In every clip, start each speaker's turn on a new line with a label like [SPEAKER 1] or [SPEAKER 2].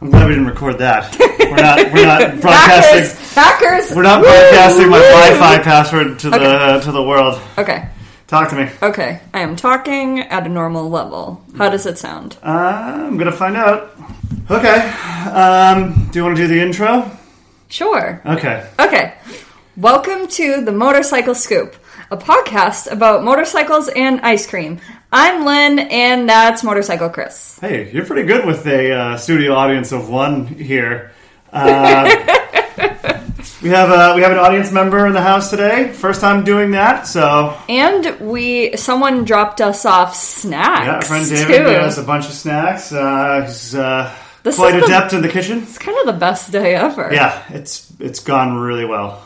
[SPEAKER 1] I'm glad we didn't record that. We're not. We're not
[SPEAKER 2] Hackers!
[SPEAKER 1] broadcasting.
[SPEAKER 2] Hackers!
[SPEAKER 1] We're not broadcasting my Wi-Fi password to the to the world.
[SPEAKER 2] Okay,
[SPEAKER 1] Talk to me.
[SPEAKER 2] okay. I am talking at a normal level. How does it sound?
[SPEAKER 1] Uh. I'm gonna find out. Okay. Um, do you want to do the intro?
[SPEAKER 2] Sure.
[SPEAKER 1] Okay.
[SPEAKER 2] Okay. Welcome to the Motorcycle Scoop, a podcast about motorcycles and ice cream. I'm Lynn, and that's Motorcycle Chris.
[SPEAKER 1] Hey, you're pretty good with a uh, studio audience of one here. Uh, we have a we have an audience member in the house today. First time doing that, so
[SPEAKER 2] And we, someone dropped us off
[SPEAKER 1] yeah, our
[SPEAKER 2] snacks.
[SPEAKER 1] friend David
[SPEAKER 2] too.
[SPEAKER 1] gave us a bunch of snacks. Uh, he's uh,
[SPEAKER 2] This
[SPEAKER 1] quite
[SPEAKER 2] is the-
[SPEAKER 1] adept in the kitchen.
[SPEAKER 2] It's kind of the best day ever.
[SPEAKER 1] Yeah, it's it's gone really well.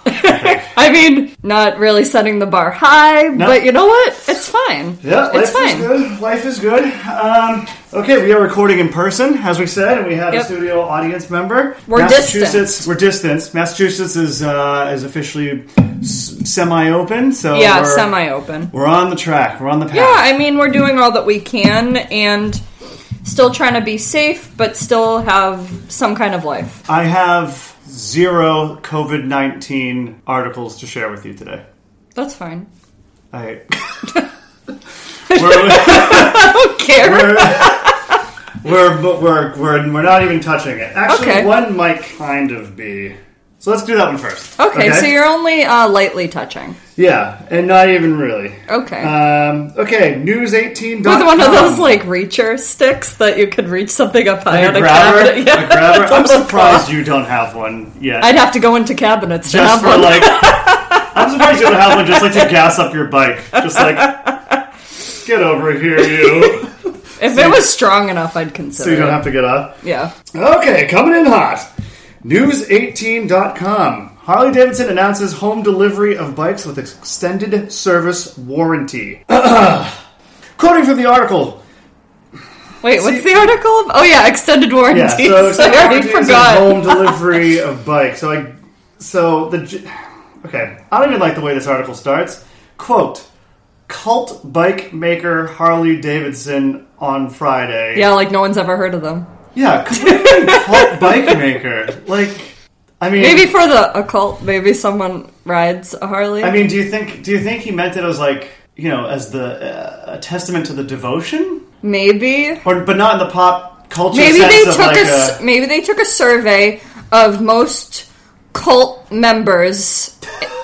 [SPEAKER 2] I mean, not really setting the bar high, but you know what? It's fine.
[SPEAKER 1] Yeah, life
[SPEAKER 2] it's fine.
[SPEAKER 1] is good. Life is good. Um, okay, we are recording in person, as we said, and we have
[SPEAKER 2] Yep.
[SPEAKER 1] a studio audience member.
[SPEAKER 2] We're
[SPEAKER 1] Massachusetts, We're distanced. Massachusetts is uh, is officially s- semi-open, so
[SPEAKER 2] Yeah,
[SPEAKER 1] we're,
[SPEAKER 2] semi open.
[SPEAKER 1] We're on the track. We're on the path.
[SPEAKER 2] Yeah, I mean, we're doing all that we can and still trying to be safe, but still have some kind of life.
[SPEAKER 1] I have zero COVID nineteen articles to share with you today.
[SPEAKER 2] That's fine.
[SPEAKER 1] I. we're,
[SPEAKER 2] Don't care.
[SPEAKER 1] we're, we're, but we're, we're, we're not even touching it. Actually,
[SPEAKER 2] Okay.
[SPEAKER 1] one might kind of be. So let's do that one first.
[SPEAKER 2] Okay, so you're only uh, lightly touching.
[SPEAKER 1] Yeah, and not even really.
[SPEAKER 2] Okay.
[SPEAKER 1] Um, okay, news 18.
[SPEAKER 2] with
[SPEAKER 1] um,
[SPEAKER 2] one of those like reacher sticks that you could reach something up high on
[SPEAKER 1] a
[SPEAKER 2] a
[SPEAKER 1] grabber.
[SPEAKER 2] cabinet. Yeah,
[SPEAKER 1] a grabber.
[SPEAKER 2] that's
[SPEAKER 1] I'm
[SPEAKER 2] what it's
[SPEAKER 1] surprised you don't have one yet.
[SPEAKER 2] called. I'd have to go into cabinets to
[SPEAKER 1] just
[SPEAKER 2] have
[SPEAKER 1] for
[SPEAKER 2] one.
[SPEAKER 1] like. I'm surprised you don't have one just like to gas up your bike. Just like. Get over here, you.
[SPEAKER 2] if it was strong enough, I'd consider.
[SPEAKER 1] so you don't
[SPEAKER 2] it.
[SPEAKER 1] have to get up.
[SPEAKER 2] yeah.
[SPEAKER 1] Okay, coming in hot. News18.com. Harley Davidson announces home delivery of bikes with extended service warranty. Quoting from the article,
[SPEAKER 2] Wait, what's the article? Of? Oh yeah, extended
[SPEAKER 1] Yeah,
[SPEAKER 2] warranties.
[SPEAKER 1] so it's
[SPEAKER 2] I already
[SPEAKER 1] warranties and
[SPEAKER 2] forgot.
[SPEAKER 1] home delivery of bike. So I, so the, j- okay, I don't even like the way this article starts. Quote: Cult bike maker Harley Davidson on Friday.
[SPEAKER 2] Yeah, like no one's ever heard of them.
[SPEAKER 1] yeah. c- What do you mean cult bike maker? Like, I mean,
[SPEAKER 2] Maybe for the occult, maybe someone rides a Harley.
[SPEAKER 1] I mean, do you think do you think he meant it as like you know as the uh, a testament to the devotion,
[SPEAKER 2] maybe.
[SPEAKER 1] or but not in the pop culture?
[SPEAKER 2] Maybe
[SPEAKER 1] sense
[SPEAKER 2] they
[SPEAKER 1] of
[SPEAKER 2] took
[SPEAKER 1] like uh,
[SPEAKER 2] a, s- maybe they took a survey of most cult members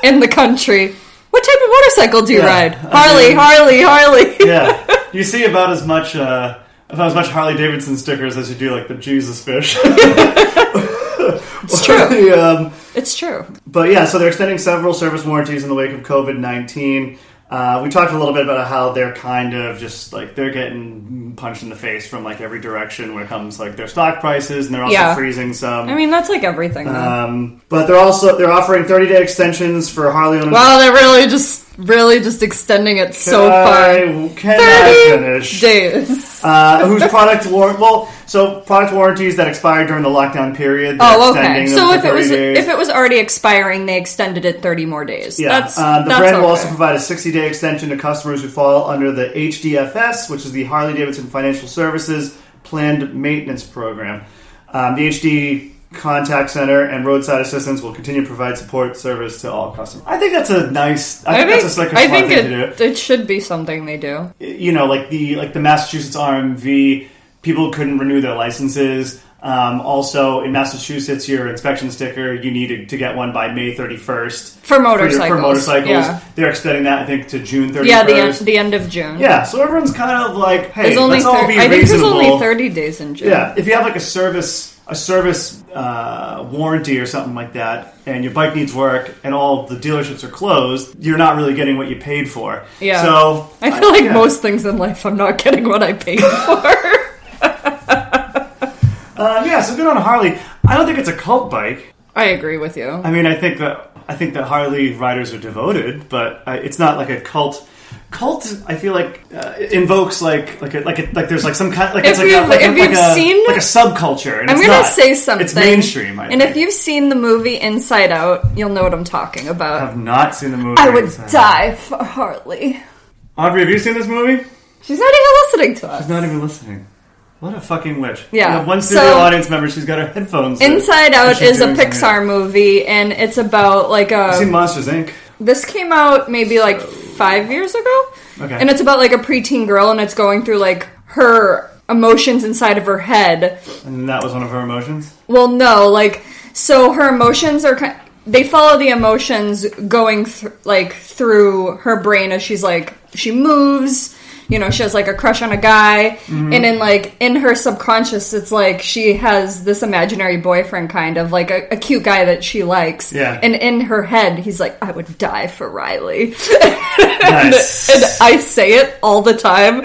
[SPEAKER 2] in the country. What type of motorcycle do you
[SPEAKER 1] Yeah,
[SPEAKER 2] ride?
[SPEAKER 1] I
[SPEAKER 2] Harley,
[SPEAKER 1] mean-
[SPEAKER 2] Harley, Harley.
[SPEAKER 1] yeah, you see about as much uh, about as much Harley Davidson stickers as you do like the Jesus fish.
[SPEAKER 2] It's true.
[SPEAKER 1] The, um,
[SPEAKER 2] It's true.
[SPEAKER 1] but yeah, so they're extending several service warranties in the wake of COVID nineteen. Uh, we talked a little bit about how they're kind of just like they're getting punched in the face from like every direction when it comes like their stock prices, and they're also
[SPEAKER 2] Yeah.
[SPEAKER 1] freezing some.
[SPEAKER 2] I mean, that's like everything. Though.
[SPEAKER 1] um, but they're also they're offering thirty day extensions for Harley owners.
[SPEAKER 2] wow, they're really just really just extending it so far.
[SPEAKER 1] I, can I
[SPEAKER 2] Thirty
[SPEAKER 1] finish?
[SPEAKER 2] days.
[SPEAKER 1] uh, whose product war- well, so product warranties that expired during the lockdown period. they're
[SPEAKER 2] Oh,
[SPEAKER 1] extending
[SPEAKER 2] okay.
[SPEAKER 1] them
[SPEAKER 2] So
[SPEAKER 1] for
[SPEAKER 2] if it
[SPEAKER 1] 30
[SPEAKER 2] was
[SPEAKER 1] days.
[SPEAKER 2] if it was already expiring, they extended it thirty more days.
[SPEAKER 1] yeah,
[SPEAKER 2] That's
[SPEAKER 1] uh, the
[SPEAKER 2] that's
[SPEAKER 1] brand
[SPEAKER 2] okay.
[SPEAKER 1] will also provide a 60-day extension to customers who fall under the HDFS, which is the Harley Davidson Financial Services Planned Maintenance Program. Um, the HD contact center and roadside assistance will continue to provide support service to all customers. I think that's a nice. I,
[SPEAKER 2] I
[SPEAKER 1] think,
[SPEAKER 2] think,
[SPEAKER 1] that's just like a
[SPEAKER 2] I
[SPEAKER 1] smart
[SPEAKER 2] think
[SPEAKER 1] thing to do.
[SPEAKER 2] it, it should be something they do.
[SPEAKER 1] you know, like the like the Massachusetts RMV, people couldn't renew their licenses. Um, also, in Massachusetts, your inspection sticker you needed to get one by May thirty first
[SPEAKER 2] For
[SPEAKER 1] for,
[SPEAKER 2] motorcycles,
[SPEAKER 1] motorcycles.
[SPEAKER 2] yeah.
[SPEAKER 1] They're extending that I think to June thirty
[SPEAKER 2] Yeah,
[SPEAKER 1] first.
[SPEAKER 2] the end, the end of June.
[SPEAKER 1] yeah, so everyone's kind of like, hey,
[SPEAKER 2] There's only
[SPEAKER 1] let's all
[SPEAKER 2] thir-
[SPEAKER 1] be
[SPEAKER 2] I think there's
[SPEAKER 1] reasonable.
[SPEAKER 2] only 30 days in June.
[SPEAKER 1] yeah, if you have like a service a service uh, warranty or something like that, and your bike needs work, and all the dealerships are closed, you're not really getting what you paid for.
[SPEAKER 2] Yeah.
[SPEAKER 1] So
[SPEAKER 2] I feel like
[SPEAKER 1] yeah.
[SPEAKER 2] most things in life, I'm not getting what I paid for.
[SPEAKER 1] Uh, yeah, so good on Harley. I don't think it's a cult bike.
[SPEAKER 2] I agree with you.
[SPEAKER 1] I mean, I think that I think that Harley riders are devoted, but I, it's not like a cult. Cult, I feel like uh, invokes like like a, like a, like there's like some kind like
[SPEAKER 2] If
[SPEAKER 1] it's like, a,
[SPEAKER 2] you've-
[SPEAKER 1] like, a-
[SPEAKER 2] if
[SPEAKER 1] like
[SPEAKER 2] you've
[SPEAKER 1] a,
[SPEAKER 2] seen-
[SPEAKER 1] like a subculture. And
[SPEAKER 2] I'm
[SPEAKER 1] it's
[SPEAKER 2] gonna
[SPEAKER 1] not.
[SPEAKER 2] say something.
[SPEAKER 1] It's mainstream. I
[SPEAKER 2] and
[SPEAKER 1] think.
[SPEAKER 2] if you've seen the movie Inside Out, you'll know what I'm talking
[SPEAKER 1] I
[SPEAKER 2] about.
[SPEAKER 1] have not seen the movie,
[SPEAKER 2] I would
[SPEAKER 1] so-
[SPEAKER 2] die for Harley.
[SPEAKER 1] Audrey, have you seen this movie?
[SPEAKER 2] She's not even listening to us.
[SPEAKER 1] She's not even listening. What a fucking witch.
[SPEAKER 2] Yeah.
[SPEAKER 1] We have one
[SPEAKER 2] So-
[SPEAKER 1] studio audience member. She's got her headphones. in.
[SPEAKER 2] Inside
[SPEAKER 1] What
[SPEAKER 2] Out
[SPEAKER 1] she's
[SPEAKER 2] is a
[SPEAKER 1] doing right now.
[SPEAKER 2] Pixar movie, and it's about like a.
[SPEAKER 1] I've seen Monsters Inc.
[SPEAKER 2] This came out maybe like five years ago.
[SPEAKER 1] Okay.
[SPEAKER 2] And it's about like a preteen girl and it's going through like her emotions inside of her head.
[SPEAKER 1] And that was one of her emotions.
[SPEAKER 2] Well, no, like, so her emotions are kind they follow the emotions going thr like through her brain as she's like, she moves. You know, she has like a crush on a guy,
[SPEAKER 1] Mm-hmm.
[SPEAKER 2] and in like in her subconscious, it's like she has this imaginary boyfriend, kind of like a, a cute guy that she likes.
[SPEAKER 1] Yeah.
[SPEAKER 2] And in her head, he's like, "I would die for Riley."
[SPEAKER 1] Nice.
[SPEAKER 2] And I say it all the time.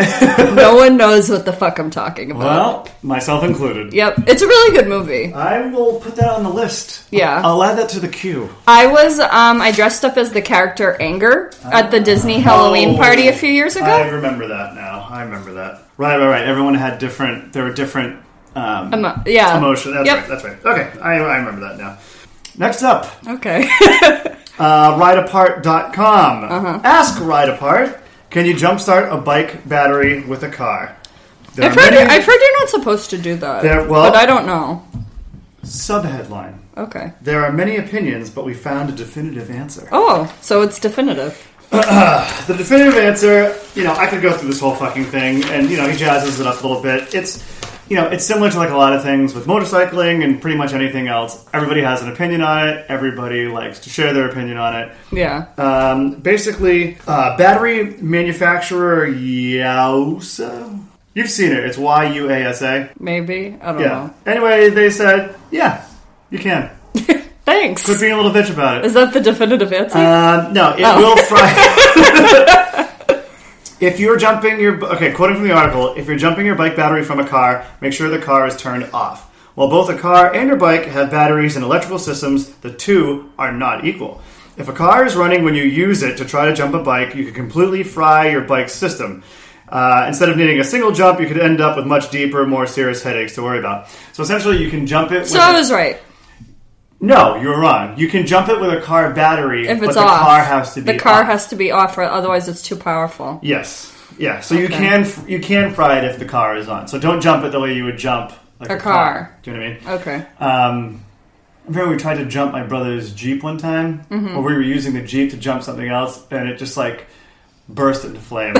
[SPEAKER 2] no one knows what the fuck I'm talking about.
[SPEAKER 1] well, myself included.
[SPEAKER 2] Yep, it's a really good movie.
[SPEAKER 1] I will put that on the list.
[SPEAKER 2] Yeah.
[SPEAKER 1] I'll add that to the queue.
[SPEAKER 2] I was um I dressed up as the character Anger at the Disney Halloween
[SPEAKER 1] Oh.
[SPEAKER 2] party a few years
[SPEAKER 1] I
[SPEAKER 2] ago.
[SPEAKER 1] remember that now. I remember that. Right, right, right. Everyone had different. There were different um,
[SPEAKER 2] Emo- yeah.
[SPEAKER 1] emotion. That's
[SPEAKER 2] Yep.
[SPEAKER 1] right. That's right. Okay, I, I remember that now. Next up,
[SPEAKER 2] Okay.
[SPEAKER 1] uh, rideapart.com. Uh-huh. Ask Rideapart, can you jumpstart a bike battery with a car? There
[SPEAKER 2] I've
[SPEAKER 1] are
[SPEAKER 2] heard
[SPEAKER 1] many-
[SPEAKER 2] I've heard you're not supposed to do that.
[SPEAKER 1] There- well-
[SPEAKER 2] but I don't know.
[SPEAKER 1] Subheadline.
[SPEAKER 2] Okay.
[SPEAKER 1] There are many opinions, but we found a definitive answer.
[SPEAKER 2] Oh, so it's definitive.
[SPEAKER 1] The definitive answer, you know, I could go through this whole fucking thing, and you know, he jazzes it up a little bit. It's, you know, it's similar to like a lot of things with motorcycling and pretty much anything else. Everybody has an opinion on it. Everybody likes to share their opinion on it.
[SPEAKER 2] Yeah.
[SPEAKER 1] Um, basically, uh, battery manufacturer Yausa. You've seen it. It's Y U A S A.
[SPEAKER 2] Maybe. I don't
[SPEAKER 1] Yeah.
[SPEAKER 2] know.
[SPEAKER 1] Anyway, they said, yeah, you can.
[SPEAKER 2] Thanks.
[SPEAKER 1] Quit being a little bitch about it.
[SPEAKER 2] Is that the definitive answer?
[SPEAKER 1] Uh, no, it
[SPEAKER 2] Oh.
[SPEAKER 1] will fry. if you're jumping your okay, quoting from the article, if you're jumping your bike battery from a car, make sure the car is turned off. While both a car and your bike have batteries and electrical systems, the two are not equal. If a car is running when you use it to try to jump a bike, you could completely fry your bike's system. Uh, instead of needing a single jump, you could end up with much deeper, more serious headaches to worry about. So essentially, you can jump it.
[SPEAKER 2] so
[SPEAKER 1] with
[SPEAKER 2] I
[SPEAKER 1] a-
[SPEAKER 2] was right.
[SPEAKER 1] no, you're wrong. You can jump it with a car battery,
[SPEAKER 2] If
[SPEAKER 1] but
[SPEAKER 2] it's
[SPEAKER 1] the
[SPEAKER 2] off,
[SPEAKER 1] car has to be
[SPEAKER 2] the car
[SPEAKER 1] off.
[SPEAKER 2] has to be off, or otherwise it's too powerful.
[SPEAKER 1] Yes, yeah. So you
[SPEAKER 2] Okay.
[SPEAKER 1] can you can fry it if the car is on. So don't jump it the way you would jump like
[SPEAKER 2] A
[SPEAKER 1] a,
[SPEAKER 2] car.
[SPEAKER 1] Do you know what I mean?
[SPEAKER 2] Okay.
[SPEAKER 1] Um, I remember we tried to jump my brother's jeep one time,
[SPEAKER 2] Mm-hmm.
[SPEAKER 1] where we were using the jeep to jump something else, and it just like burst into flame.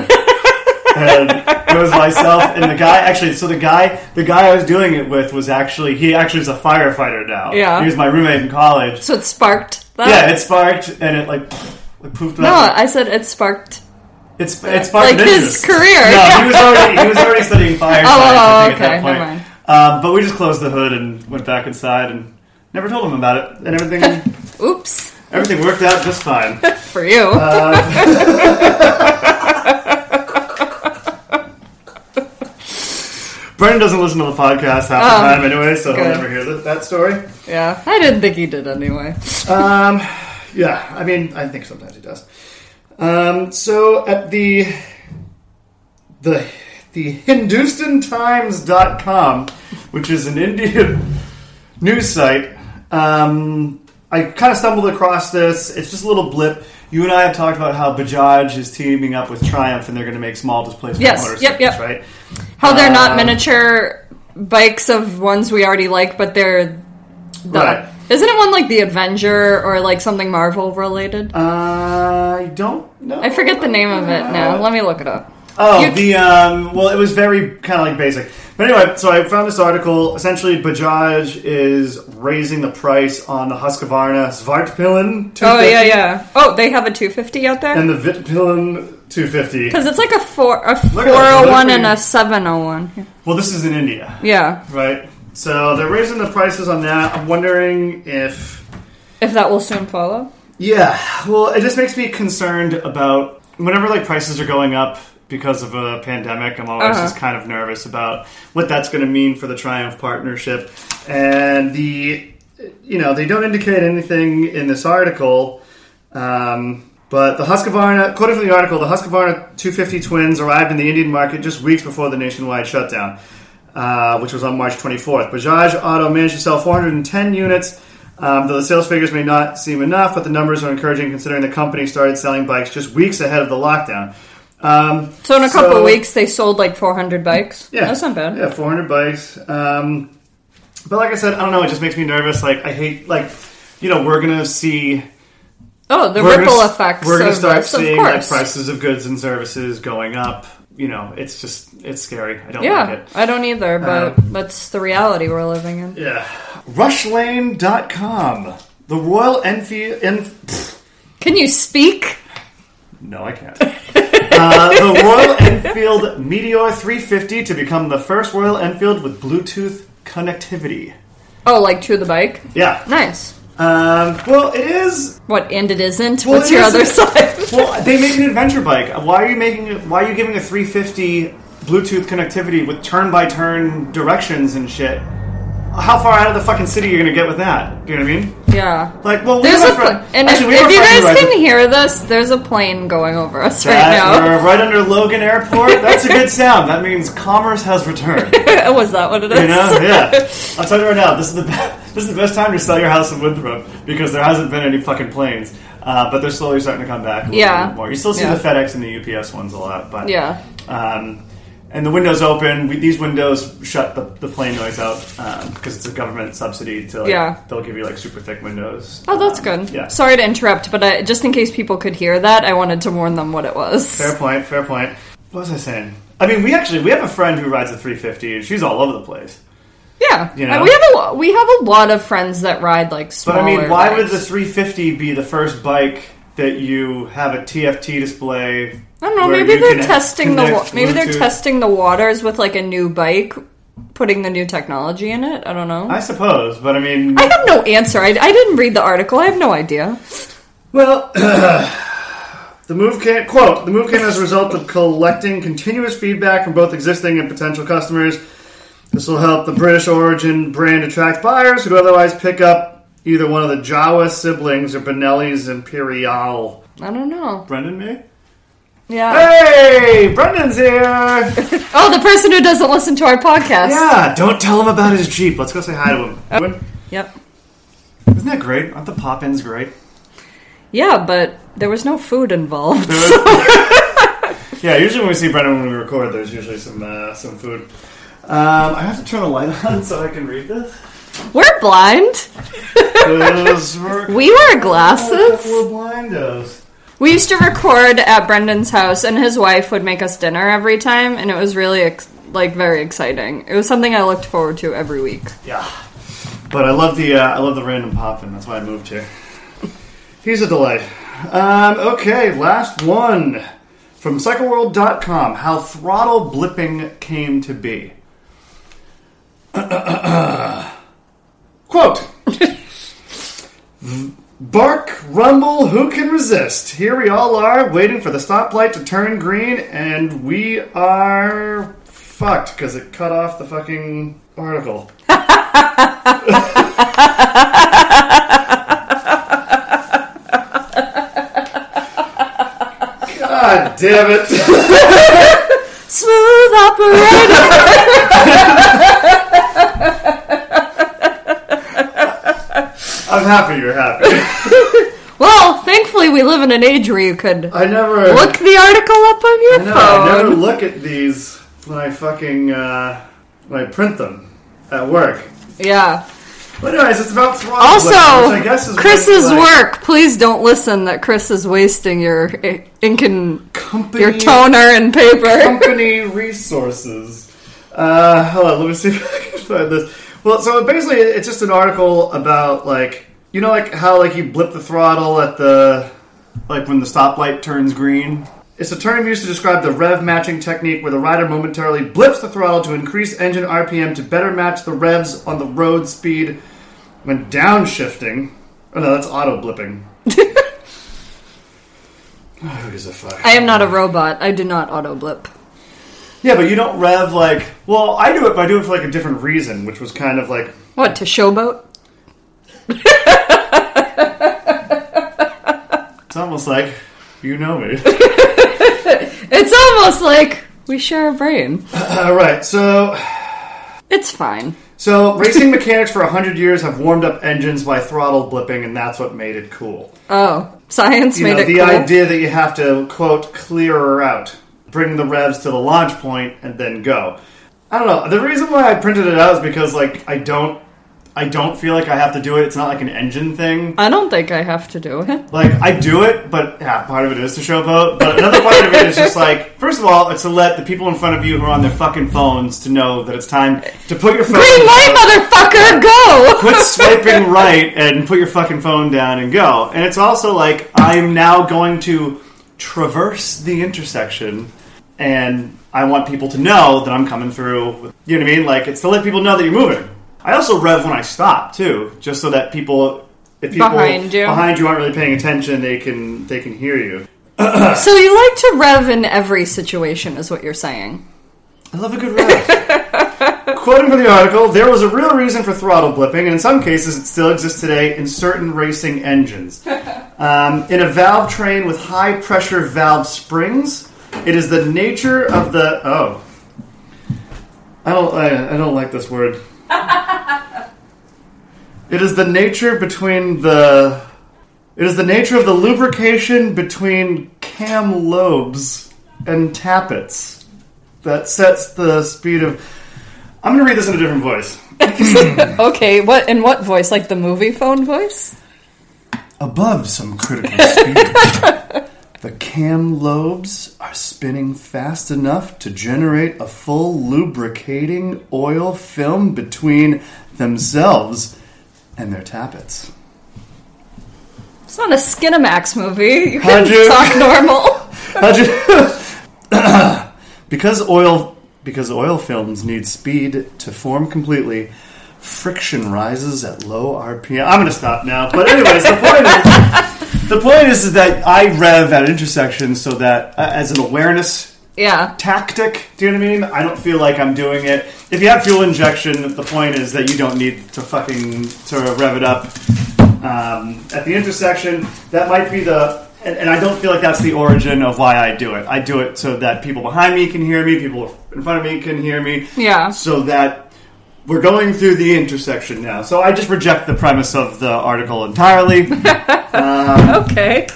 [SPEAKER 1] and it was myself and the guy. Actually, so the guy, the guy I was doing it with was actually he actually is a firefighter now.
[SPEAKER 2] Yeah.
[SPEAKER 1] he was my roommate in college.
[SPEAKER 2] So it sparked that.
[SPEAKER 1] Yeah, it sparked and it like like poofed it
[SPEAKER 2] no,
[SPEAKER 1] up.
[SPEAKER 2] I said it sparked
[SPEAKER 1] It's it sparked
[SPEAKER 2] like
[SPEAKER 1] an
[SPEAKER 2] his
[SPEAKER 1] interest.
[SPEAKER 2] career.
[SPEAKER 1] No, he was already he was already studying fire
[SPEAKER 2] Oh,
[SPEAKER 1] science. I think,
[SPEAKER 2] oh, okay,
[SPEAKER 1] at that point.
[SPEAKER 2] never mind.
[SPEAKER 1] Um, but we just closed the hood and went back inside and never told him about it, and everything
[SPEAKER 2] Oops,
[SPEAKER 1] everything worked out just fine.
[SPEAKER 2] for you.
[SPEAKER 1] Uh, Brendan doesn't listen to the podcast half the
[SPEAKER 2] Oh,
[SPEAKER 1] time anyway, so he'll
[SPEAKER 2] good.
[SPEAKER 1] never hear that, that story.
[SPEAKER 2] yeah, I didn't think he did anyway.
[SPEAKER 1] Um, yeah, I mean, I think sometimes he does. Um, so at the the the hindustantimes.com, which is an Indian news site, um, I kind of stumbled across this. It's just a little blip. You and I have talked about how Bajaj is teaming up with Triumph, and they're going to make small displacement
[SPEAKER 2] Yes,
[SPEAKER 1] motorcycles,
[SPEAKER 2] yep, yep.
[SPEAKER 1] right?
[SPEAKER 2] How they're not
[SPEAKER 1] Um,
[SPEAKER 2] miniature bikes of ones we already like, but they're the.
[SPEAKER 1] Right.
[SPEAKER 2] Isn't it one like the Avenger or like something Marvel related?
[SPEAKER 1] Uh, I don't know.
[SPEAKER 2] I forget the name of it now. Let me look it up.
[SPEAKER 1] Oh,
[SPEAKER 2] You-
[SPEAKER 1] the um, well, it was very kind of like basic. But anyway, so I found this article. Essentially, Bajaj is raising the price on the Husqvarna Svartpillen 250
[SPEAKER 2] Oh yeah, yeah. Oh, they have a 250 out there
[SPEAKER 1] and the Vitpillen 250.
[SPEAKER 2] because it's like a four, a
[SPEAKER 1] Look at that,
[SPEAKER 2] 401 and
[SPEAKER 1] delivery.
[SPEAKER 2] a 701.
[SPEAKER 1] Well, this is in India,
[SPEAKER 2] Yeah,
[SPEAKER 1] right? So they're raising the prices on that. I'm wondering if
[SPEAKER 2] if that will soon follow.
[SPEAKER 1] Yeah, well, it just makes me concerned about whenever like prices are going up because of a pandemic. I'm always
[SPEAKER 2] Uh-huh.
[SPEAKER 1] just kind of nervous about what that's going to mean for the Triumph partnership and the you know they don't indicate anything in this article. Um, but the Husqvarna, quoted from the article, the Husqvarna 250 twins arrived in the Indian market just weeks before the nationwide shutdown, uh, which was on March 24th. Bajaj Auto managed to sell 410 units, um, though the sales figures may not seem enough, but the numbers are encouraging considering the company started selling bikes just weeks ahead of the lockdown. Um,
[SPEAKER 2] So in a couple
[SPEAKER 1] So-
[SPEAKER 2] of weeks, they sold like 400 bikes.
[SPEAKER 1] yeah,
[SPEAKER 2] that's not bad.
[SPEAKER 1] Yeah, 400 bikes. Um, but like I said, I don't know. It just makes me nervous. Like I hate like you know we're gonna see
[SPEAKER 2] Oh, the
[SPEAKER 1] we're
[SPEAKER 2] ripple
[SPEAKER 1] gonna,
[SPEAKER 2] effects.
[SPEAKER 1] We're gonna
[SPEAKER 2] of
[SPEAKER 1] start
[SPEAKER 2] this,
[SPEAKER 1] seeing
[SPEAKER 2] of
[SPEAKER 1] like
[SPEAKER 2] course.
[SPEAKER 1] prices of goods and services going up. You know, it's just it's scary. I don't like
[SPEAKER 2] Yeah,
[SPEAKER 1] it.
[SPEAKER 2] I don't either, but
[SPEAKER 1] Um,
[SPEAKER 2] that's the reality we're living in.
[SPEAKER 1] Yeah. Rushlane.com. The Royal Enfield. Enf-
[SPEAKER 2] Can you speak?
[SPEAKER 1] No, I can't. uh, the Royal Enfield Meteor 350 to become the first Royal Enfield with Bluetooth connectivity.
[SPEAKER 2] Oh, like to the bike.
[SPEAKER 1] Yeah.
[SPEAKER 2] Nice.
[SPEAKER 1] Um, well, it is.
[SPEAKER 2] What? And it isn't.
[SPEAKER 1] Well,
[SPEAKER 2] What's
[SPEAKER 1] it
[SPEAKER 2] your
[SPEAKER 1] is-
[SPEAKER 2] other side?
[SPEAKER 1] Well, they made an adventure bike. Why are you making? it- Why are you giving a 350 Bluetooth connectivity with turn-by-turn directions and shit? How far out of the fucking city you're gonna get with that? Do you know what I mean?
[SPEAKER 2] yeah.
[SPEAKER 1] Like, well, we
[SPEAKER 2] There's
[SPEAKER 1] have
[SPEAKER 2] a
[SPEAKER 1] a friend.
[SPEAKER 2] pla- and
[SPEAKER 1] actually, we
[SPEAKER 2] if,
[SPEAKER 1] have
[SPEAKER 2] if
[SPEAKER 1] a
[SPEAKER 2] you
[SPEAKER 1] friend who
[SPEAKER 2] guys
[SPEAKER 1] rides a
[SPEAKER 2] can hear this, there's a plane going over us
[SPEAKER 1] That-
[SPEAKER 2] right
[SPEAKER 1] We're right under Logan Airport. That's a good sound. That means commerce has returned.
[SPEAKER 2] now. Was that what it is?
[SPEAKER 1] You know, yeah. I'll tell you right now. This is the be- this is the best time to sell your house in Winthrop because there hasn't been any fucking planes. Uh, but they're slowly starting to come back. A little
[SPEAKER 2] Yeah.
[SPEAKER 1] bit more. You still see
[SPEAKER 2] Yeah.
[SPEAKER 1] the FedEx and the UPS ones a lot, but
[SPEAKER 2] Yeah.
[SPEAKER 1] Um, and the windows open. We, these windows shut the, the plane noise out because it's a government subsidy to. Like,
[SPEAKER 2] Yeah.
[SPEAKER 1] They'll give you like super thick windows.
[SPEAKER 2] Oh, that's
[SPEAKER 1] Um,
[SPEAKER 2] good.
[SPEAKER 1] Yeah.
[SPEAKER 2] Sorry to interrupt, but I, just in case people could hear that, I wanted to warn them what it was.
[SPEAKER 1] Fair point. Fair point. What was I saying? I mean, we actually we have a friend who rides a 350, and she's all over the place.
[SPEAKER 2] Yeah,
[SPEAKER 1] You know?
[SPEAKER 2] we have a lo- we have a lot of friends that ride like
[SPEAKER 1] But
[SPEAKER 2] smaller.
[SPEAKER 1] I mean, why would the
[SPEAKER 2] bikes.
[SPEAKER 1] 350 be the first bike that you have a TFT display?
[SPEAKER 2] I don't know.
[SPEAKER 1] where
[SPEAKER 2] Maybe
[SPEAKER 1] you
[SPEAKER 2] they're
[SPEAKER 1] can
[SPEAKER 2] testing the wa-
[SPEAKER 1] connect
[SPEAKER 2] maybe they're
[SPEAKER 1] Bluetooth?
[SPEAKER 2] testing the waters with like a new bike, putting the new technology in it. I don't know.
[SPEAKER 1] I
[SPEAKER 2] I,
[SPEAKER 1] suppose, but I mean,
[SPEAKER 2] have no answer. I, I didn't read the article. I have no idea.
[SPEAKER 1] well, the move came quote the move came as a result of collecting continuous feedback from both existing and potential customers. This will help the British origin brand attract buyers who'd otherwise pick up either one of the Jawa siblings or Benelli's Imperial.
[SPEAKER 2] I don't know.
[SPEAKER 1] Brendan, me?
[SPEAKER 2] Yeah.
[SPEAKER 1] Hey, Brendan's here.
[SPEAKER 2] Oh, the person who doesn't listen to our podcast.
[SPEAKER 1] Yeah, don't tell him about his Jeep. Let's go say hi to him.
[SPEAKER 2] Yep.
[SPEAKER 1] Uh, Isn't that great? Aren't the pop-ins great?
[SPEAKER 2] Yeah, but there was no food involved.
[SPEAKER 1] Yeah, usually when we see Brendan when we record, there's usually some uh, some food. Um, I have to turn the light on so I can read this.
[SPEAKER 2] We're blind.
[SPEAKER 1] 'Cause we're,
[SPEAKER 2] We wear glasses.
[SPEAKER 1] we're blindos.
[SPEAKER 2] We used to record at Brendan's house, and his wife would make us dinner every time, and it was really ex- like very exciting. It was something I looked forward to every week.
[SPEAKER 1] Yeah, but I love the uh, I love the random pop-in. That's why I moved here. He's a delight. Um, okay, last one from CycleWorld.com. How throttle blipping came to be. Quote. Bark, rumble, who can resist? Here we all are, waiting for the stoplight to turn green, and we are fucked because it cut off the fucking article. God damn it.
[SPEAKER 2] Smooth operator.
[SPEAKER 1] I'm happy you're happy.
[SPEAKER 2] well, thankfully, we live in an age where you could
[SPEAKER 1] I never
[SPEAKER 2] look the article up on
[SPEAKER 1] I
[SPEAKER 2] your
[SPEAKER 1] know, I
[SPEAKER 2] phone.
[SPEAKER 1] never look at these when I fucking uh, when I print them at work.
[SPEAKER 2] Yeah.
[SPEAKER 1] But anyways, it's about throttle.
[SPEAKER 2] Also,
[SPEAKER 1] blipping, which I guess is
[SPEAKER 2] Chris's
[SPEAKER 1] what, like,
[SPEAKER 2] work. Please don't listen. That Chris is wasting your eh, ink and
[SPEAKER 1] company,
[SPEAKER 2] your toner and paper.
[SPEAKER 1] company resources. Uh, hold on, let me see if I can find this. Well, so basically, it- it's just an article about like you know, like how like you blip the throttle at the like when the stoplight turns green. It's a term used to describe the rev matching technique where the rider momentarily blips the throttle to increase engine RPM to better match the revs on the road speed when downshifting. Oh no, that's auto blipping. oh, who gives a fuck?
[SPEAKER 2] I am not a robot. I do not auto blip.
[SPEAKER 1] Yeah, but you don't rev like. Well, I do it, but I do it for like a different reason, which was kind of like.
[SPEAKER 2] What to showboat?
[SPEAKER 1] It's almost like you know me.
[SPEAKER 2] It's almost like we share a brain.
[SPEAKER 1] All right, so
[SPEAKER 2] It's fine.
[SPEAKER 1] so racing mechanics for hundred years have warmed up engines by throttle blipping, and that's what made it cool.
[SPEAKER 2] Oh, science
[SPEAKER 1] You
[SPEAKER 2] made
[SPEAKER 1] know,
[SPEAKER 2] it
[SPEAKER 1] the
[SPEAKER 2] cool.
[SPEAKER 1] idea that you have to quote clear her out. bring the revs to the launch point and then go. I don't know. The reason why I printed it out is because like I don't I don't feel like I have to do it. It's not like an engine thing.
[SPEAKER 2] I don't think I have to do it.
[SPEAKER 1] Like I do it, but yeah, part of it is to show vote. But another part of it is just like, first of all, it's to let the people in front of you who are on their fucking phones to know that it's time to put your phone.
[SPEAKER 2] Green light, motherfucker, go!
[SPEAKER 1] Quit swiping right and put your fucking phone down and go. And it's also like I'm now going to traverse the intersection, and I want people to know that I'm coming through. You know what I mean? Like it's to let people know that you're moving. I also rev when I stop too, just so that people, if people
[SPEAKER 2] Behind you.
[SPEAKER 1] behind you aren't really paying attention, they can they can hear you.
[SPEAKER 2] So you like to rev in every situation, is what you're saying.
[SPEAKER 1] I love a good rap. Quoting from the article, there was a real reason for throttle blipping, and in some cases it still exists today in certain racing engines. Um, in a valve train with high pressure valve springs, it is the nature of the. Oh. I don't, I, I don't like this word. it is the nature between the. It is the nature of the lubrication between cam lobes and tappets that sets the speed of. I'm going to read this in a different voice.
[SPEAKER 2] Okay, what in what voice? Like the movie phone voice?
[SPEAKER 1] Above some critical speed, the cam lobes are spinning fast enough to generate a full lubricating oil film between themselves and their tappets.
[SPEAKER 2] It's not a Skinamax movie. You
[SPEAKER 1] How'd
[SPEAKER 2] can
[SPEAKER 1] you-
[SPEAKER 2] talk normal.
[SPEAKER 1] How'd you- because oil because oil films need speed to form completely, friction rises at low RPM. I'm going to stop now. But anyways, the point is the point is, is that I rev at intersections so that uh, as an awareness
[SPEAKER 2] Yeah.
[SPEAKER 1] tactic. Do you know what I mean? I don't feel like I'm doing it. If you have fuel injection, the point is that you don't need to fucking to rev it up um, at the intersection. That might be the and, and I don't feel like that's the origin of why I do it. I do it so that people behind me can hear me, people in front of me can hear me.
[SPEAKER 2] Yeah.
[SPEAKER 1] So that we're going through the intersection now. So I just reject the premise of the article entirely.
[SPEAKER 2] Okay.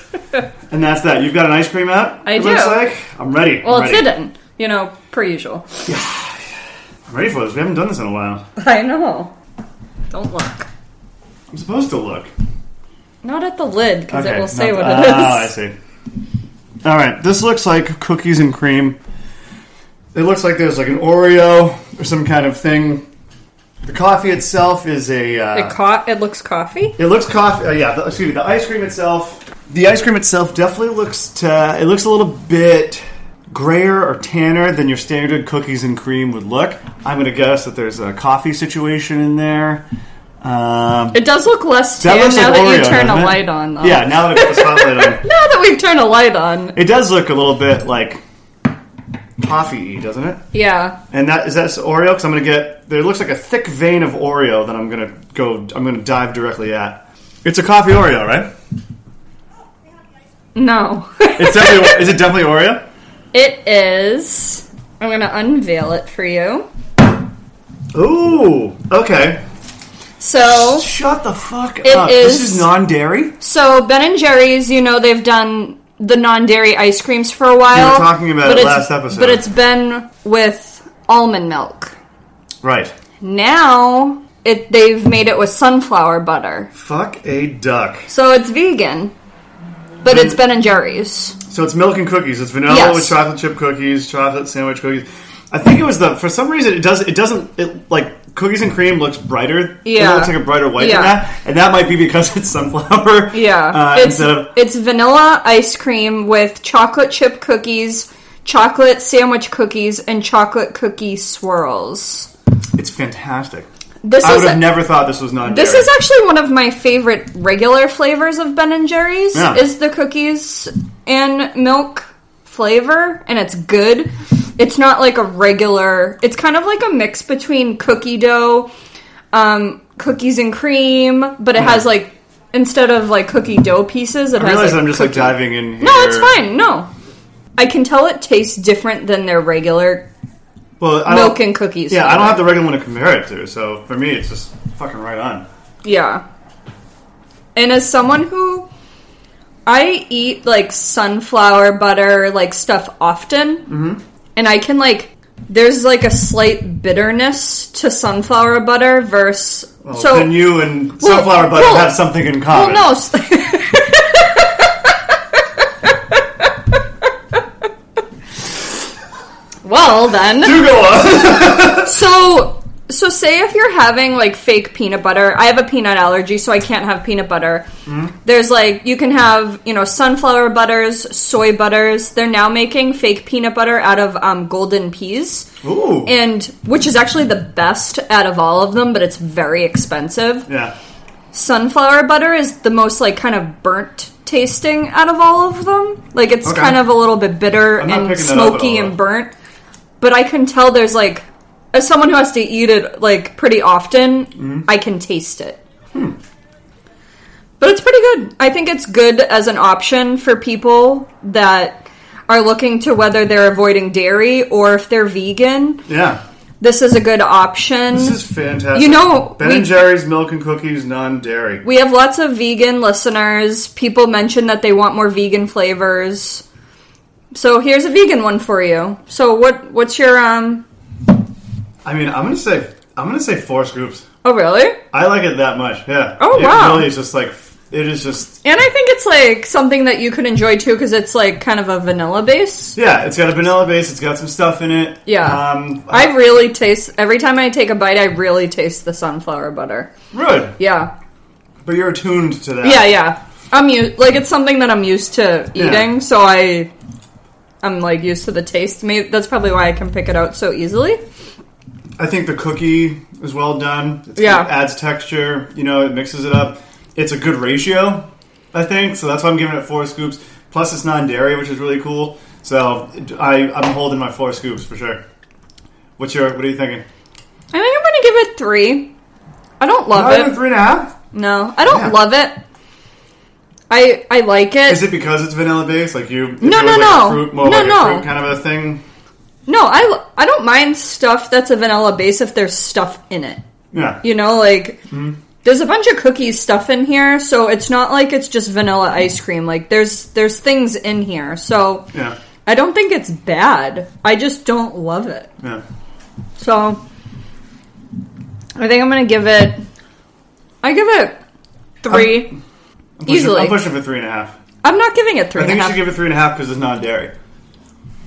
[SPEAKER 1] and that's that. You've got an ice cream out?
[SPEAKER 2] I
[SPEAKER 1] it looks
[SPEAKER 2] do.
[SPEAKER 1] like. I'm ready.
[SPEAKER 2] Well,
[SPEAKER 1] I'm
[SPEAKER 2] it's
[SPEAKER 1] ready.
[SPEAKER 2] hidden. You know, per usual.
[SPEAKER 1] I'm ready for this. We haven't done this in a while.
[SPEAKER 2] I know. Don't look.
[SPEAKER 1] I'm supposed to look.
[SPEAKER 2] Not at the lid, because it will say
[SPEAKER 1] not-
[SPEAKER 2] what
[SPEAKER 1] ah,
[SPEAKER 2] it is.
[SPEAKER 1] I see. All right, this looks like cookies and cream. It looks like there's like an Oreo or some kind of thing. The coffee itself is a. Uh,
[SPEAKER 2] It caught. It looks coffee.
[SPEAKER 1] it looks coffee. Uh, yeah, the, excuse me. The ice cream itself. The ice cream itself definitely looks to. It looks a little bit grayer or tanner than your standard cookies and cream would look. I'm gonna guess that there's a coffee situation in there. Um,
[SPEAKER 2] It does look less
[SPEAKER 1] that
[SPEAKER 2] tan
[SPEAKER 1] looks
[SPEAKER 2] now
[SPEAKER 1] like
[SPEAKER 2] that
[SPEAKER 1] Oreo,
[SPEAKER 2] you turn
[SPEAKER 1] doesn't
[SPEAKER 2] a
[SPEAKER 1] it?
[SPEAKER 2] light on. Though.
[SPEAKER 1] Yeah, now that I got the spotlight on.
[SPEAKER 2] Now that we've turned a light on.
[SPEAKER 1] It does look a little bit like coffee, doesn't it?
[SPEAKER 2] Yeah.
[SPEAKER 1] And that is that Oreo because I'm gonna get there looks like a thick vein of Oreo that I'm gonna go. I'm gonna dive directly at. It's a coffee Oreo, right?
[SPEAKER 2] No.
[SPEAKER 1] It's definitely is it definitely Oreo?
[SPEAKER 2] it is. I'm gonna unveil it for you.
[SPEAKER 1] Ooh, okay.
[SPEAKER 2] So,
[SPEAKER 1] Shut the fuck
[SPEAKER 2] Oh. It
[SPEAKER 1] up. This
[SPEAKER 2] is-
[SPEAKER 1] is non-dairy.
[SPEAKER 2] so Ben and Jerry's. You know they've done the non-dairy ice creams for a while.
[SPEAKER 1] talking about
[SPEAKER 2] but
[SPEAKER 1] it
[SPEAKER 2] it's-
[SPEAKER 1] last episode.
[SPEAKER 2] But it's been with almond milk.
[SPEAKER 1] Right.
[SPEAKER 2] Now it they've made it with sunflower butter,
[SPEAKER 1] Fuck a duck.
[SPEAKER 2] so it's vegan. But it's Ben and Jerry's.
[SPEAKER 1] So it's milk and cookies. It's vanilla
[SPEAKER 2] Yes.
[SPEAKER 1] with chocolate chip cookies, chocolate sandwich cookies. I think it was the for some reason it does it doesn't it like cookies and cream looks brighter.
[SPEAKER 2] Yeah.
[SPEAKER 1] it looks like a brighter white
[SPEAKER 2] Yeah.
[SPEAKER 1] than that, and that might be because it's sunflower.
[SPEAKER 2] Yeah,
[SPEAKER 1] uh,
[SPEAKER 2] it's
[SPEAKER 1] instead of
[SPEAKER 2] it's vanilla ice cream with chocolate chip cookies, chocolate sandwich cookies, and chocolate cookie swirls.
[SPEAKER 1] it's fantastic.
[SPEAKER 2] This
[SPEAKER 1] I
[SPEAKER 2] is
[SPEAKER 1] would have never thought this was not.
[SPEAKER 2] this is actually one of my favorite regular flavors of Ben and Jerry's.
[SPEAKER 1] Yeah.
[SPEAKER 2] Is the cookies and milk flavor, and it's good. It's not like a regular. It's kind of like a mix between cookie dough, um, cookies and cream, but it has like instead of like cookie dough pieces, it
[SPEAKER 1] I
[SPEAKER 2] has
[SPEAKER 1] realize
[SPEAKER 2] like,
[SPEAKER 1] I'm just like
[SPEAKER 2] cookie-
[SPEAKER 1] diving in. Here.
[SPEAKER 2] no, it's fine. No. I can tell it tastes different than their regular
[SPEAKER 1] Well, I
[SPEAKER 2] milk
[SPEAKER 1] don't,
[SPEAKER 2] and cookies.
[SPEAKER 1] yeah, I don't
[SPEAKER 2] flavor.
[SPEAKER 1] have the regular one to compare it to. So for me, it's just fucking right on.
[SPEAKER 2] Yeah. And as someone who I eat like sunflower butter like stuff often,
[SPEAKER 1] Mm-hmm.
[SPEAKER 2] and I can like there's like a slight bitterness to sunflower butter versus
[SPEAKER 1] Well,
[SPEAKER 2] so
[SPEAKER 1] then you and
[SPEAKER 2] Well,
[SPEAKER 1] sunflower butter
[SPEAKER 2] well,
[SPEAKER 1] have something in
[SPEAKER 2] well
[SPEAKER 1] common.
[SPEAKER 2] no s- well then
[SPEAKER 1] Do go on.
[SPEAKER 2] so so say if you're having like fake peanut butter i have a peanut allergy so i can't have peanut butter there's like you can have you know sunflower butters soy butters they're now making fake peanut butter out of um, golden peas
[SPEAKER 1] Ooh.
[SPEAKER 2] and which is actually the best out of all of them but it's very expensive
[SPEAKER 1] yeah.
[SPEAKER 2] sunflower butter is the most like kind of burnt tasting out of all of them like it's
[SPEAKER 1] Okay.
[SPEAKER 2] kind of a little bit bitter
[SPEAKER 1] not
[SPEAKER 2] and
[SPEAKER 1] picking that up at
[SPEAKER 2] smoky
[SPEAKER 1] all,
[SPEAKER 2] and
[SPEAKER 1] though.
[SPEAKER 2] burnt but i can tell there's like as someone who has to eat it like pretty often
[SPEAKER 1] Mm-hmm.
[SPEAKER 2] i can taste it
[SPEAKER 1] Hmm.
[SPEAKER 2] but it's pretty good i think it's good as an option for people that are looking to whether they're avoiding dairy or if they're vegan
[SPEAKER 1] Yeah.
[SPEAKER 2] this is a good option
[SPEAKER 1] This is fantastic.
[SPEAKER 2] You know,
[SPEAKER 1] Ben
[SPEAKER 2] we-
[SPEAKER 1] and Jerry's milk and cookies, non-dairy.
[SPEAKER 2] We have lots of vegan listeners. People mention that they want more vegan flavors. So here's a vegan one for you. So what what's your um
[SPEAKER 1] I mean, I'm gonna say, I'm gonna say four scoops.
[SPEAKER 2] Oh really?
[SPEAKER 1] I like it that much. Yeah.
[SPEAKER 2] Oh,
[SPEAKER 1] it
[SPEAKER 2] wow.
[SPEAKER 1] Really, is just like it is just
[SPEAKER 2] And I think it's like something that you could enjoy too cuz it's like kind of a vanilla base.
[SPEAKER 1] yeah. It's got a vanilla base. It's got some stuff in it.
[SPEAKER 2] Yeah.
[SPEAKER 1] Um.
[SPEAKER 2] I really taste every time I take a bite I really taste the sunflower butter.
[SPEAKER 1] Rude.
[SPEAKER 2] Yeah.
[SPEAKER 1] But you're attuned to that.
[SPEAKER 2] Yeah, yeah. I'm used like it's something that I'm used to
[SPEAKER 1] Yeah.
[SPEAKER 2] eating, so I I'm like used to the taste. Maybe that's probably why I can pick it out so easily.
[SPEAKER 1] I think the cookie is well done. It's
[SPEAKER 2] Yeah.
[SPEAKER 1] It adds texture. You know, it mixes it up. It's a good ratio, I think. So that's why I'm giving it four scoops. Plus, it's non-dairy, which is really cool. So I, I'm holding my four scoops for sure. What's your? What are you thinking?
[SPEAKER 2] I think I'm gonna give it three. I don't love
[SPEAKER 1] Not even
[SPEAKER 2] it.
[SPEAKER 1] three and a half.
[SPEAKER 2] No, I don't
[SPEAKER 1] Yeah.
[SPEAKER 2] love it. I I like it.
[SPEAKER 1] Is it because it's vanilla based? Like you? if
[SPEAKER 2] No,
[SPEAKER 1] it was like a
[SPEAKER 2] no, no.
[SPEAKER 1] Fruit, more
[SPEAKER 2] No,
[SPEAKER 1] like
[SPEAKER 2] no.
[SPEAKER 1] A fruit kind of a thing.
[SPEAKER 2] no, I l- I don't mind stuff that's a vanilla base if there's stuff in it.
[SPEAKER 1] Yeah.
[SPEAKER 2] You know, like
[SPEAKER 1] Hmm.
[SPEAKER 2] there's a bunch of cookies stuff in here, so it's not like it's just vanilla ice cream. Like there's there's things in here, so
[SPEAKER 1] Yeah.
[SPEAKER 2] I don't think it's bad. I just don't love it.
[SPEAKER 1] Yeah.
[SPEAKER 2] So I think I'm gonna give it. I give it 3
[SPEAKER 1] I'm pushing,
[SPEAKER 2] easily.
[SPEAKER 1] I'm pushing for three and a half.
[SPEAKER 2] I'm not giving it three
[SPEAKER 1] I
[SPEAKER 2] and a
[SPEAKER 1] think you
[SPEAKER 2] half.
[SPEAKER 1] should give it three and a half because it's non dairy.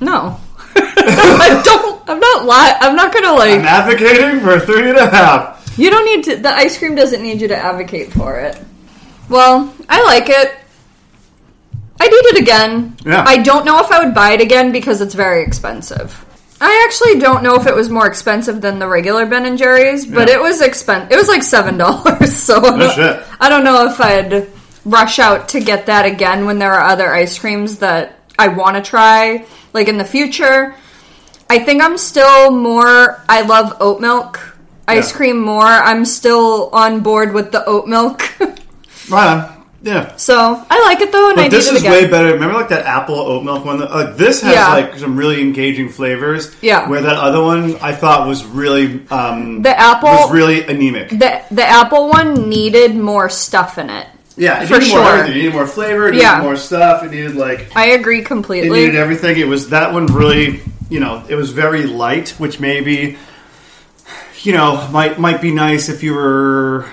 [SPEAKER 2] no, I don't. I'm not. Li- I'm not gonna
[SPEAKER 1] I'm
[SPEAKER 2] like.
[SPEAKER 1] advocating for three and a half.
[SPEAKER 2] You don't need to. The ice cream doesn't need you to advocate for it. Well, I like it. I'd eat it again.
[SPEAKER 1] Yeah.
[SPEAKER 2] I don't know if I would buy it again because it's very expensive. I actually don't know if it was more expensive than the regular Ben and Jerry's, but
[SPEAKER 1] Yeah.
[SPEAKER 2] it was expen. It was like seven dollars. So I don't-
[SPEAKER 1] shit.
[SPEAKER 2] I don't know if I'd rush out to get that again when there are other ice creams that I want to try, like in the future. I think I'm still more. I love oat milk ice
[SPEAKER 1] Yeah.
[SPEAKER 2] cream more. I'm still on board with the oat milk.
[SPEAKER 1] Right on. Yeah.
[SPEAKER 2] so I like it though, and I
[SPEAKER 1] But this
[SPEAKER 2] need it
[SPEAKER 1] is
[SPEAKER 2] again.
[SPEAKER 1] way better. Remember, like that apple oat milk one. That, like this has
[SPEAKER 2] Yeah.
[SPEAKER 1] like some really engaging flavors.
[SPEAKER 2] Yeah.
[SPEAKER 1] Where that other one I thought was really um,
[SPEAKER 2] The apple-
[SPEAKER 1] was really anemic.
[SPEAKER 2] the the apple one needed more stuff in it.
[SPEAKER 1] yeah, it
[SPEAKER 2] for
[SPEAKER 1] needed More,
[SPEAKER 2] sure.
[SPEAKER 1] everything. it needed more flavor. It needed
[SPEAKER 2] Yeah.
[SPEAKER 1] more stuff. It needed like
[SPEAKER 2] I agree
[SPEAKER 1] it
[SPEAKER 2] completely.
[SPEAKER 1] needed everything. It was that one really, you know, it was very light, which maybe, you know, might might be nice if you were,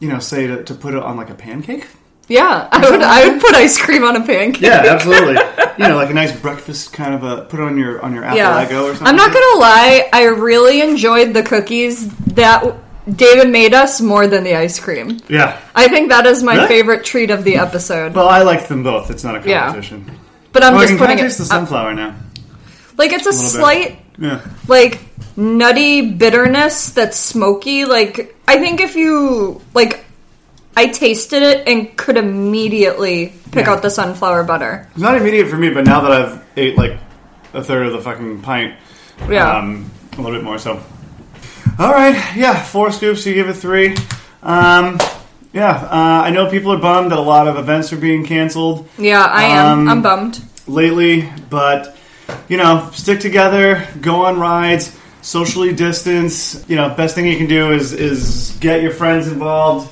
[SPEAKER 1] you know, say to, to put it on like a pancake.
[SPEAKER 2] yeah, I would I would put ice cream on a pancake.
[SPEAKER 1] Yeah, absolutely. you know, like a nice breakfast kind of a put it on your on your apple
[SPEAKER 2] Yeah.
[SPEAKER 1] Lego or something.
[SPEAKER 2] I'm not gonna lie, I really enjoyed the cookies that w- David made us more than the ice cream.
[SPEAKER 1] Yeah.
[SPEAKER 2] I think that is my
[SPEAKER 1] Really?
[SPEAKER 2] favorite treat of the episode.
[SPEAKER 1] Well, I liked them both. It's not a
[SPEAKER 2] Yeah.
[SPEAKER 1] competition.
[SPEAKER 2] But I'm
[SPEAKER 1] Oh, I
[SPEAKER 2] just
[SPEAKER 1] can kind
[SPEAKER 2] putting
[SPEAKER 1] of taste
[SPEAKER 2] it
[SPEAKER 1] the
[SPEAKER 2] uh,
[SPEAKER 1] sunflower now.
[SPEAKER 2] like it's a,
[SPEAKER 1] little bit.
[SPEAKER 2] slight
[SPEAKER 1] Yeah.
[SPEAKER 2] like nutty bitterness that's smoky. Like I think if you like, I tasted it and could immediately pick
[SPEAKER 1] Yeah.
[SPEAKER 2] out the sunflower butter.
[SPEAKER 1] It's not immediate for me, but now that I've ate like a third of the fucking pint,
[SPEAKER 2] Yeah.
[SPEAKER 1] um, a little bit more. So, all right, yeah, four scoops. You give it three. Um, yeah, uh, I know people are bummed that a lot of events are being canceled
[SPEAKER 2] Yeah, I am.
[SPEAKER 1] um,
[SPEAKER 2] I'm bummed.
[SPEAKER 1] lately, but you know, stick together, go on rides, socially distance. You know, best thing you can do is is get your friends involved.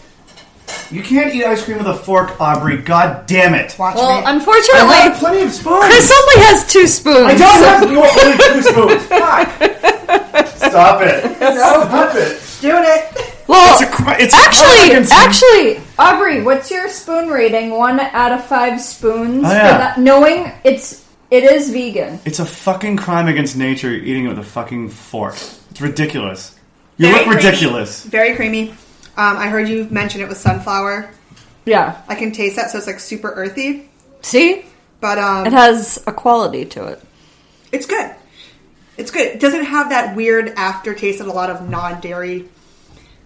[SPEAKER 1] You can't eat ice cream with a fork, Aubrey. God damn it.
[SPEAKER 3] Watch
[SPEAKER 2] Well,
[SPEAKER 3] me.
[SPEAKER 1] I have
[SPEAKER 2] unfortunately,
[SPEAKER 1] plenty of spoons.
[SPEAKER 2] Chris only has two spoons.
[SPEAKER 1] I don't have more only two spoons. Fuck. Stop it. Stop it.
[SPEAKER 3] doing it.
[SPEAKER 2] Well,
[SPEAKER 1] It's a cri- it's a
[SPEAKER 2] actually,
[SPEAKER 1] crime against-
[SPEAKER 2] actually, Aubrey, what's your spoon rating? One out of five spoons.
[SPEAKER 1] Oh,
[SPEAKER 2] for
[SPEAKER 1] yeah.
[SPEAKER 2] that- knowing it's it is vegan.
[SPEAKER 1] It's a fucking crime against nature eating it with a fucking fork. It's ridiculous. You look
[SPEAKER 3] Very
[SPEAKER 1] ridiculous.
[SPEAKER 3] Very creamy. Um, I heard you mention it was sunflower.
[SPEAKER 2] Yeah.
[SPEAKER 3] I can taste that, so it's like super earthy.
[SPEAKER 2] See,
[SPEAKER 3] But
[SPEAKER 2] it
[SPEAKER 3] um,
[SPEAKER 2] has a quality to it.
[SPEAKER 3] it's good. It's good. It doesn't have that weird aftertaste that a lot of non-dairy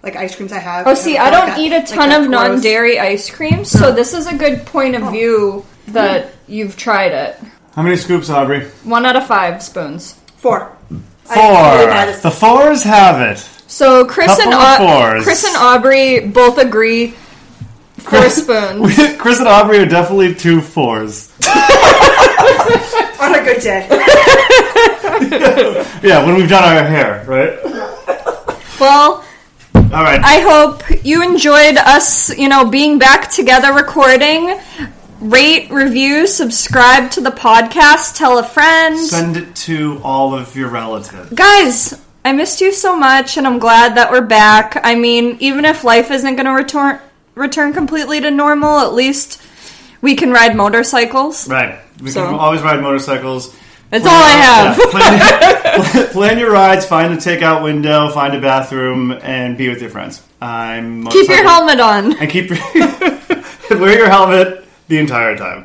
[SPEAKER 3] like ice creams I have.
[SPEAKER 2] Oh, see, I don't eat a ton of
[SPEAKER 3] non
[SPEAKER 2] non-dairy ice cream, so this is a good point of view that you've tried it.
[SPEAKER 1] How many scoops, Aubrey?
[SPEAKER 2] One out of five spoons.
[SPEAKER 3] Four.
[SPEAKER 1] Four. the fours have it.
[SPEAKER 2] So Chris and
[SPEAKER 1] Couple of
[SPEAKER 2] Au-
[SPEAKER 1] fours.
[SPEAKER 2] Chris and Aubrey both agree four spoons.
[SPEAKER 1] Chris and Aubrey are definitely two fours.
[SPEAKER 3] On a good day.
[SPEAKER 1] Yeah, when we've done our hair, right?
[SPEAKER 2] Well,
[SPEAKER 1] All right.
[SPEAKER 2] I hope you enjoyed us, you know, being back together recording. Rate, review, subscribe to the podcast, tell a friend.
[SPEAKER 1] Send it to all of your relatives.
[SPEAKER 2] Guys, I missed you so much and I'm glad that we're back. I mean, even if life isn't going to return return completely to normal, at least we can ride motorcycles.
[SPEAKER 1] Right. We
[SPEAKER 2] So-
[SPEAKER 1] can always ride motorcycles.
[SPEAKER 2] That's all I have.
[SPEAKER 1] Yeah, plan, plan your rides, find a takeout window, find a bathroom, and be with your friends. I'm
[SPEAKER 2] Keep your
[SPEAKER 1] motorcycle-
[SPEAKER 2] helmet on.
[SPEAKER 1] and keep your- wear your helmet the entire time.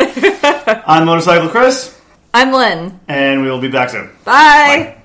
[SPEAKER 1] I'm motorcycle Chris,
[SPEAKER 2] I'm Lynn.
[SPEAKER 1] and we will be back soon.
[SPEAKER 2] Bye.